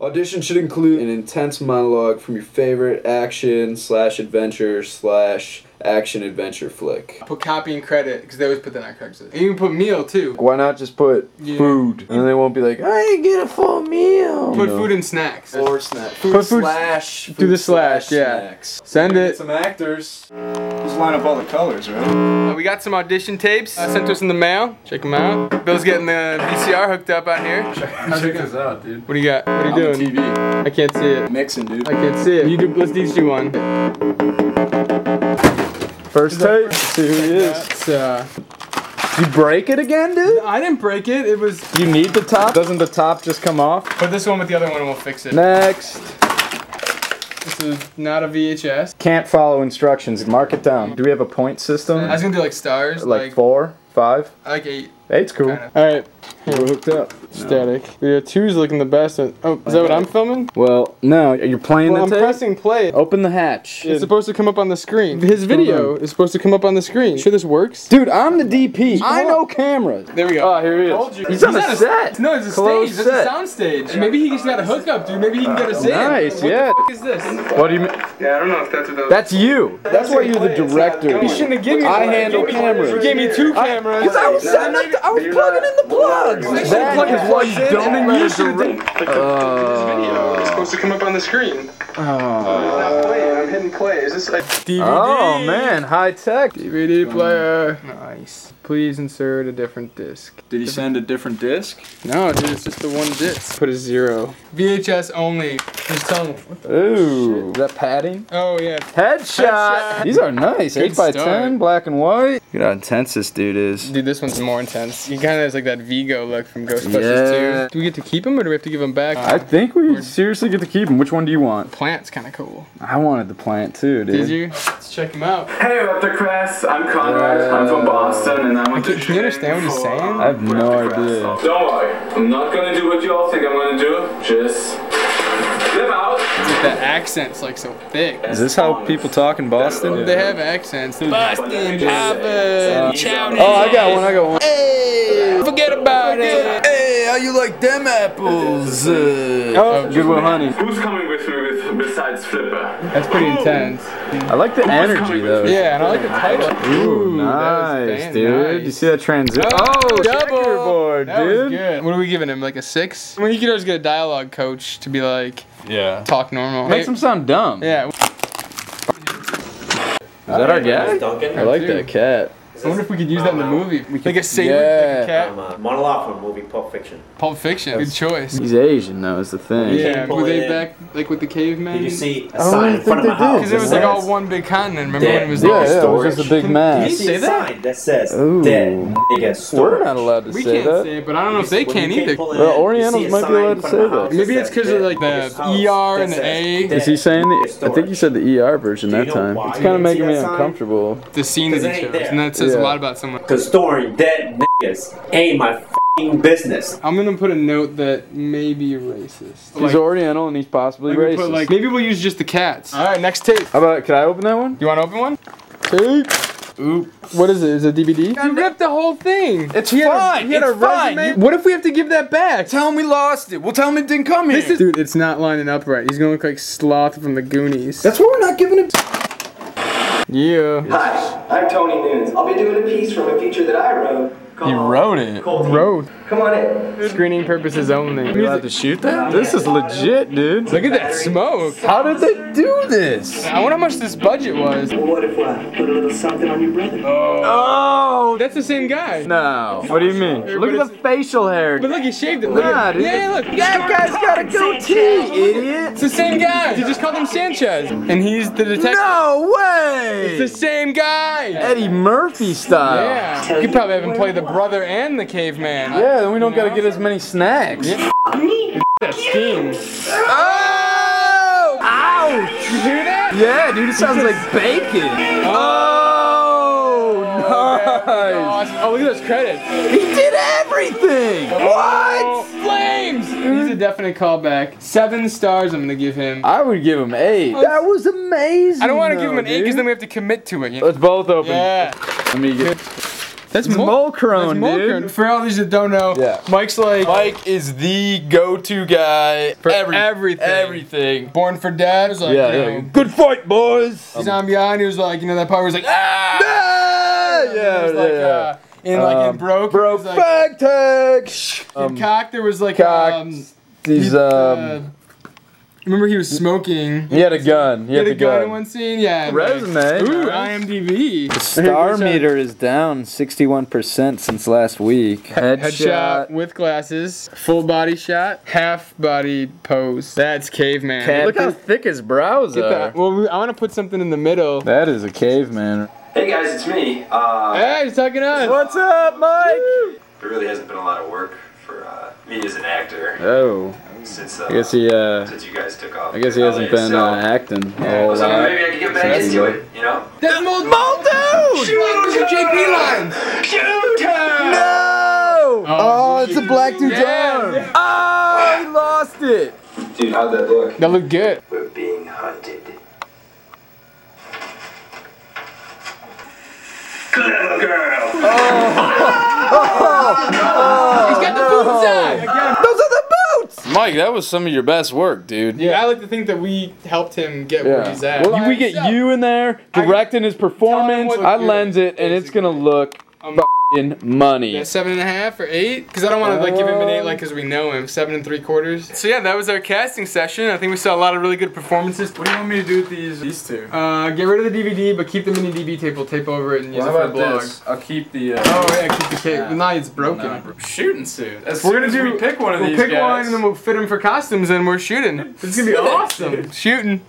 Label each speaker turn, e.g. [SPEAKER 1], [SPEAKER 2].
[SPEAKER 1] Audition should include an intense monologue from your favorite action slash adventure slash action adventure flick.
[SPEAKER 2] Put copy and credit because they always put that on Craigslist. And you can put meal too.
[SPEAKER 1] Why not just put
[SPEAKER 2] Yeah.
[SPEAKER 1] food? And then they won't be like, I didn't get a full meal.
[SPEAKER 2] Put
[SPEAKER 1] No.
[SPEAKER 2] food and snacks.
[SPEAKER 1] Or snack. Food,
[SPEAKER 2] Put food-
[SPEAKER 1] slash.
[SPEAKER 2] do the slash, yeah.
[SPEAKER 1] Snacks.
[SPEAKER 2] Send
[SPEAKER 1] Get
[SPEAKER 2] it.
[SPEAKER 1] some actors.
[SPEAKER 3] Just line up all the colors, right?
[SPEAKER 2] Uh, we got some audition tapes uh, sent to us in the mail. Check them out. Bill's getting the VCR hooked up out here.
[SPEAKER 3] Check this out, dude.
[SPEAKER 2] What do you got? What are
[SPEAKER 3] I'm
[SPEAKER 2] you
[SPEAKER 3] on
[SPEAKER 2] doing?
[SPEAKER 3] TV.
[SPEAKER 2] I can't see it.
[SPEAKER 3] Mixing, dude.
[SPEAKER 2] I can't see it. You do, let's each do one.
[SPEAKER 1] First tape. See who he is.
[SPEAKER 2] It's, uh,
[SPEAKER 1] You break it again, dude?
[SPEAKER 2] I didn't break it. It was.
[SPEAKER 1] You need the top? Doesn't the top just come off?
[SPEAKER 2] Put this one with the other one and we'll fix it.
[SPEAKER 1] Next.
[SPEAKER 2] This is not a VHS.
[SPEAKER 1] Can't follow instructions. Mark it down. Do we have a point system?
[SPEAKER 2] I was gonna do like stars,
[SPEAKER 1] like,
[SPEAKER 2] like like,
[SPEAKER 1] four, five?
[SPEAKER 2] eight.
[SPEAKER 1] Eight's cool.
[SPEAKER 2] Kind of. All right,
[SPEAKER 1] We're hooked up.
[SPEAKER 2] static. The two's looking the best. Oh, is that what I'm filming?
[SPEAKER 1] Well, no, you're playing
[SPEAKER 2] Well,
[SPEAKER 1] the tape?
[SPEAKER 2] I'm pressing play.
[SPEAKER 1] Open the hatch.
[SPEAKER 2] It's supposed to come up on the screen. His video
[SPEAKER 1] video
[SPEAKER 2] is supposed to come up on the screen. Sure, this works. Ah,
[SPEAKER 1] Dude, I'm the DP. I know cameras.
[SPEAKER 2] There we go.
[SPEAKER 1] Oh, here he is.
[SPEAKER 2] Told you.
[SPEAKER 1] He's on
[SPEAKER 2] He's
[SPEAKER 1] a
[SPEAKER 2] on a-
[SPEAKER 1] set.
[SPEAKER 2] no, it's a
[SPEAKER 1] Closed
[SPEAKER 2] stage. It's
[SPEAKER 1] set.
[SPEAKER 2] a sound stage. Maybe he just got a hookup, dude. Maybe he can get us in.
[SPEAKER 1] Nice,
[SPEAKER 2] What the
[SPEAKER 1] yeah.
[SPEAKER 2] fuck is this?
[SPEAKER 1] What do you mean?
[SPEAKER 3] Yeah, I don't know if that's what
[SPEAKER 1] That's you. That's why you're the director.
[SPEAKER 2] You shouldn't have given me.
[SPEAKER 1] I
[SPEAKER 2] one.
[SPEAKER 1] handle
[SPEAKER 2] You gave me-
[SPEAKER 1] cameras.
[SPEAKER 2] You gave me two cameras.
[SPEAKER 1] I was setting up the, I was plugging in the plugs.
[SPEAKER 2] Plug
[SPEAKER 1] That
[SPEAKER 2] your
[SPEAKER 1] is why you
[SPEAKER 2] plugs in
[SPEAKER 1] don't
[SPEAKER 2] and
[SPEAKER 1] let
[SPEAKER 2] you
[SPEAKER 1] us
[SPEAKER 2] should've
[SPEAKER 1] direct.
[SPEAKER 2] It's supposed to come up Oh. on the screen.
[SPEAKER 3] I'm hitting play. Is this like
[SPEAKER 2] DVD.
[SPEAKER 1] Oh man, high tech.
[SPEAKER 2] DVD player. Nice. Please insert a different disc.
[SPEAKER 3] Did he send a different disc?
[SPEAKER 2] No, dude, it's just the one disc. Put a zero. VHS only. Just tell him.
[SPEAKER 1] Ooh, is that padding?
[SPEAKER 2] Oh yeah. Headshot.
[SPEAKER 1] Headshot. These are nice.
[SPEAKER 2] Good
[SPEAKER 1] Eight by
[SPEAKER 2] start.
[SPEAKER 1] ten, black and white. Look at how intense this dude is.
[SPEAKER 2] Dude, this one's more intense. He kind of has like that Vigo look from Ghostbusters
[SPEAKER 1] Yeah.
[SPEAKER 2] 2. Do we get to keep him or do we have to give him back?
[SPEAKER 1] I think we seriously get to keep him. Which one do you want?
[SPEAKER 2] Plant's kind of cool.
[SPEAKER 1] I wanted the plant too, dude.
[SPEAKER 2] Did you? Let's check him out.
[SPEAKER 3] Hey, Electrocrest. I'm Conrad. I'm from Boston, and I'm.
[SPEAKER 2] Can, can you understand what he's saying?
[SPEAKER 1] I have no idea.
[SPEAKER 4] Don't worry, I'm not gonna do what you all think I'm gonna do. Just live out.
[SPEAKER 2] The accent's like so thick.
[SPEAKER 1] Is this how people talk in Boston?
[SPEAKER 2] They have accents. Boston, Poppin', Chowdy.
[SPEAKER 1] Oh, I got one. I got one.
[SPEAKER 2] Forget about it.
[SPEAKER 1] Hey, how you like them apples? oh, Goodwill Honey.
[SPEAKER 4] Who's coming with me with, besides Flipper?
[SPEAKER 2] That's pretty intense.
[SPEAKER 1] I like the energy though.
[SPEAKER 2] Yeah, and I like the title.
[SPEAKER 1] Ooh,
[SPEAKER 2] that was
[SPEAKER 1] nice,
[SPEAKER 2] fan-
[SPEAKER 1] dude. You
[SPEAKER 2] nice.
[SPEAKER 1] see that transition?
[SPEAKER 2] Oh, double.
[SPEAKER 1] checkerboard,
[SPEAKER 2] That was
[SPEAKER 1] dude.
[SPEAKER 2] good. What are we giving him? Like a six? I mean, you could always get a dialogue coach to be like,
[SPEAKER 1] Yeah.
[SPEAKER 2] talk normal.
[SPEAKER 1] Makes them sound dumb.
[SPEAKER 2] Yeah.
[SPEAKER 1] Is that our cat? I like that cat.
[SPEAKER 2] I wonder if we could use that in the movie. We could, like a saber,
[SPEAKER 1] Yeah.
[SPEAKER 2] like a cat.
[SPEAKER 5] uh, monologue from the movie Pulp Fiction.
[SPEAKER 2] Pulp Fiction. Good choice.
[SPEAKER 1] He's Asian though, is the thing.
[SPEAKER 2] Yeah.
[SPEAKER 5] pull
[SPEAKER 2] Were they
[SPEAKER 5] it in.
[SPEAKER 2] back like with the cavemen?
[SPEAKER 5] Did you see a
[SPEAKER 1] don't
[SPEAKER 5] sign
[SPEAKER 1] even
[SPEAKER 5] in front of
[SPEAKER 1] think they
[SPEAKER 5] my
[SPEAKER 1] did.
[SPEAKER 5] house?
[SPEAKER 2] Because it was like
[SPEAKER 5] that
[SPEAKER 2] all
[SPEAKER 5] says-
[SPEAKER 2] one big continent. Remember when it was
[SPEAKER 5] Yeah,
[SPEAKER 2] all
[SPEAKER 1] yeah, it was
[SPEAKER 5] storage.
[SPEAKER 1] just a big
[SPEAKER 5] Did you
[SPEAKER 1] mass.
[SPEAKER 5] see a sign that says
[SPEAKER 1] Ooh.
[SPEAKER 5] dead nigga
[SPEAKER 1] We're
[SPEAKER 5] storage?
[SPEAKER 1] not allowed to
[SPEAKER 2] We
[SPEAKER 1] say
[SPEAKER 2] can't
[SPEAKER 1] that.
[SPEAKER 2] say it, but I don't know if they
[SPEAKER 5] When you
[SPEAKER 2] can
[SPEAKER 5] can't
[SPEAKER 2] either.
[SPEAKER 5] pull it
[SPEAKER 1] The
[SPEAKER 5] in, you
[SPEAKER 1] Orientals
[SPEAKER 5] see a
[SPEAKER 1] might be
[SPEAKER 5] sign
[SPEAKER 1] allowed
[SPEAKER 5] in
[SPEAKER 1] to
[SPEAKER 5] front of
[SPEAKER 1] say
[SPEAKER 5] my
[SPEAKER 1] that.
[SPEAKER 5] house
[SPEAKER 2] Maybe
[SPEAKER 5] says
[SPEAKER 2] it's 'cause of,
[SPEAKER 5] dead
[SPEAKER 2] like, the
[SPEAKER 5] nigga's house
[SPEAKER 2] ER and
[SPEAKER 5] that
[SPEAKER 2] the
[SPEAKER 5] says
[SPEAKER 2] A. Is
[SPEAKER 5] dead
[SPEAKER 1] Is he saying the? I think you said the ER version
[SPEAKER 5] Do you
[SPEAKER 1] that
[SPEAKER 5] know
[SPEAKER 1] time.
[SPEAKER 5] why
[SPEAKER 1] It's
[SPEAKER 5] you
[SPEAKER 1] kind of
[SPEAKER 5] didn't
[SPEAKER 1] making
[SPEAKER 5] see
[SPEAKER 1] me
[SPEAKER 5] that sign?
[SPEAKER 1] uncomfortable.
[SPEAKER 2] The scene that
[SPEAKER 5] Because
[SPEAKER 2] he
[SPEAKER 5] it ain't
[SPEAKER 2] chose,
[SPEAKER 5] there.
[SPEAKER 2] and that says a
[SPEAKER 1] Yeah.
[SPEAKER 2] lot about someone.
[SPEAKER 5] Because storing dead niggas ain't my fing business.
[SPEAKER 2] I'm gonna put a note that may be racist.
[SPEAKER 1] He's Oriental and he's possibly
[SPEAKER 2] maybe,
[SPEAKER 1] racist.
[SPEAKER 2] put, like, maybe we'll use just the cats. All right, next tape.
[SPEAKER 1] How about? Can I open that one?
[SPEAKER 2] You want to open one? Tape. Oop. What is it? Is it a DVD? You ripped the whole thing.
[SPEAKER 1] It's
[SPEAKER 2] He had a-
[SPEAKER 1] fine,
[SPEAKER 2] he had a
[SPEAKER 1] it's fine.
[SPEAKER 2] resume.
[SPEAKER 1] You-
[SPEAKER 2] What if we have to give that back?
[SPEAKER 1] him we lost it. We'll tell him it didn't come
[SPEAKER 2] This is- Dude, it's not lining up right. He's gonna look like Sloth from the Goonies.
[SPEAKER 1] That's why we're not giving him.
[SPEAKER 2] yeah.
[SPEAKER 6] Hi, I'm Tony Nunes. I'll be doing a piece from a feature that I wrote. Called
[SPEAKER 1] it.
[SPEAKER 6] Cold Heat.
[SPEAKER 2] Bro,
[SPEAKER 6] Come on in.
[SPEAKER 2] screening purposes only.
[SPEAKER 1] You allowed to shoot that? This is legit, dude.
[SPEAKER 2] Look at that smoke.
[SPEAKER 1] How did they do this?
[SPEAKER 2] I wonder how much this budget was.
[SPEAKER 6] Well, what if I put a little something on your brother?
[SPEAKER 1] Oh
[SPEAKER 2] That's the same guy.
[SPEAKER 1] no! What do you mean? Look at the facial hair.
[SPEAKER 2] But look, he shaved it. Look at-
[SPEAKER 1] Nah, dude.
[SPEAKER 2] Yeah, yeah, look.
[SPEAKER 1] That guy's got a goatee, idiot.
[SPEAKER 2] It's the same guy. You just called him Sanchez. And he's the detective.
[SPEAKER 1] No
[SPEAKER 2] It's the
[SPEAKER 1] way.
[SPEAKER 2] same guy.
[SPEAKER 1] Eddie Murphy style.
[SPEAKER 2] Yeah. You could probably have him play the brother and the caveman.
[SPEAKER 1] Yeah, then we don't gotta get as many snacks.
[SPEAKER 2] That steam.
[SPEAKER 1] Oh! Ouch!
[SPEAKER 2] You hear that?
[SPEAKER 1] Yeah, dude, it sounds like bacon. Oh, nice.
[SPEAKER 2] Awesome. Oh, look at those credits.
[SPEAKER 1] He did everything.
[SPEAKER 2] Oh, flames. He's a definite callback. Seven stars I'm going to give him.
[SPEAKER 1] I would give him eight. That was amazing.
[SPEAKER 2] I don't want to give
[SPEAKER 1] though,
[SPEAKER 2] him an eight because
[SPEAKER 1] dude.
[SPEAKER 2] then we have to commit to it. you know?
[SPEAKER 1] Let's both open.
[SPEAKER 2] Yeah.
[SPEAKER 1] Let me get.
[SPEAKER 2] That's
[SPEAKER 7] It's
[SPEAKER 2] Mul-
[SPEAKER 7] Mulcrone,
[SPEAKER 2] that's
[SPEAKER 7] dude.
[SPEAKER 2] Mulcrone. For all these that don't know,
[SPEAKER 1] Yeah.
[SPEAKER 2] Mike's like
[SPEAKER 8] Mike is the go-to guy
[SPEAKER 2] For
[SPEAKER 8] every-
[SPEAKER 2] everything.
[SPEAKER 8] Everything.
[SPEAKER 2] born for dad. He's like,
[SPEAKER 1] Yeah,
[SPEAKER 2] you
[SPEAKER 1] yeah. Um,
[SPEAKER 2] know,
[SPEAKER 7] Good fight, boys.
[SPEAKER 2] he's on behind. He was like, you know, that part where he's like, ah,
[SPEAKER 1] Ah, yeah,
[SPEAKER 2] It was
[SPEAKER 1] yeah. Um,
[SPEAKER 2] like,
[SPEAKER 1] yeah.
[SPEAKER 2] uh, in like in broke, broke, like,
[SPEAKER 1] Fag tag.
[SPEAKER 2] in cock. There was like,
[SPEAKER 1] Cock.
[SPEAKER 2] um,
[SPEAKER 1] Um, He's
[SPEAKER 2] he-
[SPEAKER 1] um.
[SPEAKER 2] uh, remember he was smoking.
[SPEAKER 1] He had a gun. He
[SPEAKER 2] He
[SPEAKER 1] had
[SPEAKER 2] had
[SPEAKER 1] a
[SPEAKER 2] a gun in
[SPEAKER 1] gun.
[SPEAKER 2] one scene. Yeah.
[SPEAKER 7] Resume.
[SPEAKER 2] Ooh, IMDb.
[SPEAKER 9] Star meter is down 61% since last week.
[SPEAKER 2] Headshot with glasses, full body shot, half body pose. That's caveman.
[SPEAKER 7] Look how thick his brows
[SPEAKER 2] Get that.
[SPEAKER 7] are.
[SPEAKER 2] Well, we- I want to put something in the middle.
[SPEAKER 7] That is a caveman.
[SPEAKER 6] Hey guys, it's me. Uh,
[SPEAKER 2] Hey, he's talking us.
[SPEAKER 7] What's up, Mike?
[SPEAKER 6] there really hasn't been a lot of work for uh, me as an actor
[SPEAKER 7] Oh,
[SPEAKER 6] since uh,
[SPEAKER 7] I guess he. Uh,
[SPEAKER 6] since you guys took off.
[SPEAKER 7] I guess he hasn't been uh, acting a whole
[SPEAKER 6] so
[SPEAKER 7] lot.
[SPEAKER 6] maybe I could get back into it, you know?
[SPEAKER 2] That's Mold. Muldoon. JP lines.
[SPEAKER 1] Oh, it's a black dude.
[SPEAKER 2] Yeah.
[SPEAKER 6] Dude, how'd that look?
[SPEAKER 2] That looked good.
[SPEAKER 6] We're being hunted.
[SPEAKER 2] He's got the boots on. Again.
[SPEAKER 8] Mike, that was some of your best work, dude.
[SPEAKER 2] Yeah. I like to think that we helped him get where he's at.
[SPEAKER 1] You- we get you in there directing his performance.
[SPEAKER 2] what
[SPEAKER 1] I
[SPEAKER 2] to do,
[SPEAKER 1] lens it, and it's gonna look
[SPEAKER 2] Um,
[SPEAKER 1] in money.
[SPEAKER 2] Yeah, seven and a half or eight? Because I don't want to like give him an eight, like because we know him. Seven and three quarters. So yeah, that was our casting session. I think we saw a lot of really good performances.
[SPEAKER 8] What do you want me to do with these these two?
[SPEAKER 2] Uh, get rid of the DVD, but keep the mini DB tape. We'll tape over it and use
[SPEAKER 8] How
[SPEAKER 2] it for
[SPEAKER 8] about
[SPEAKER 2] the blog.
[SPEAKER 8] this? I'll keep the
[SPEAKER 2] Oh
[SPEAKER 8] uh,
[SPEAKER 2] yeah, keep the tape. Well, now it's broken.
[SPEAKER 8] shooting suit. As
[SPEAKER 2] We're
[SPEAKER 8] soon
[SPEAKER 2] gonna
[SPEAKER 8] as
[SPEAKER 2] do-
[SPEAKER 8] we pick one of
[SPEAKER 2] We'll
[SPEAKER 8] these
[SPEAKER 2] pick
[SPEAKER 8] guys.
[SPEAKER 2] one and then we'll fit him for costumes and we're shooting. It's gonna be awesome. Shooting.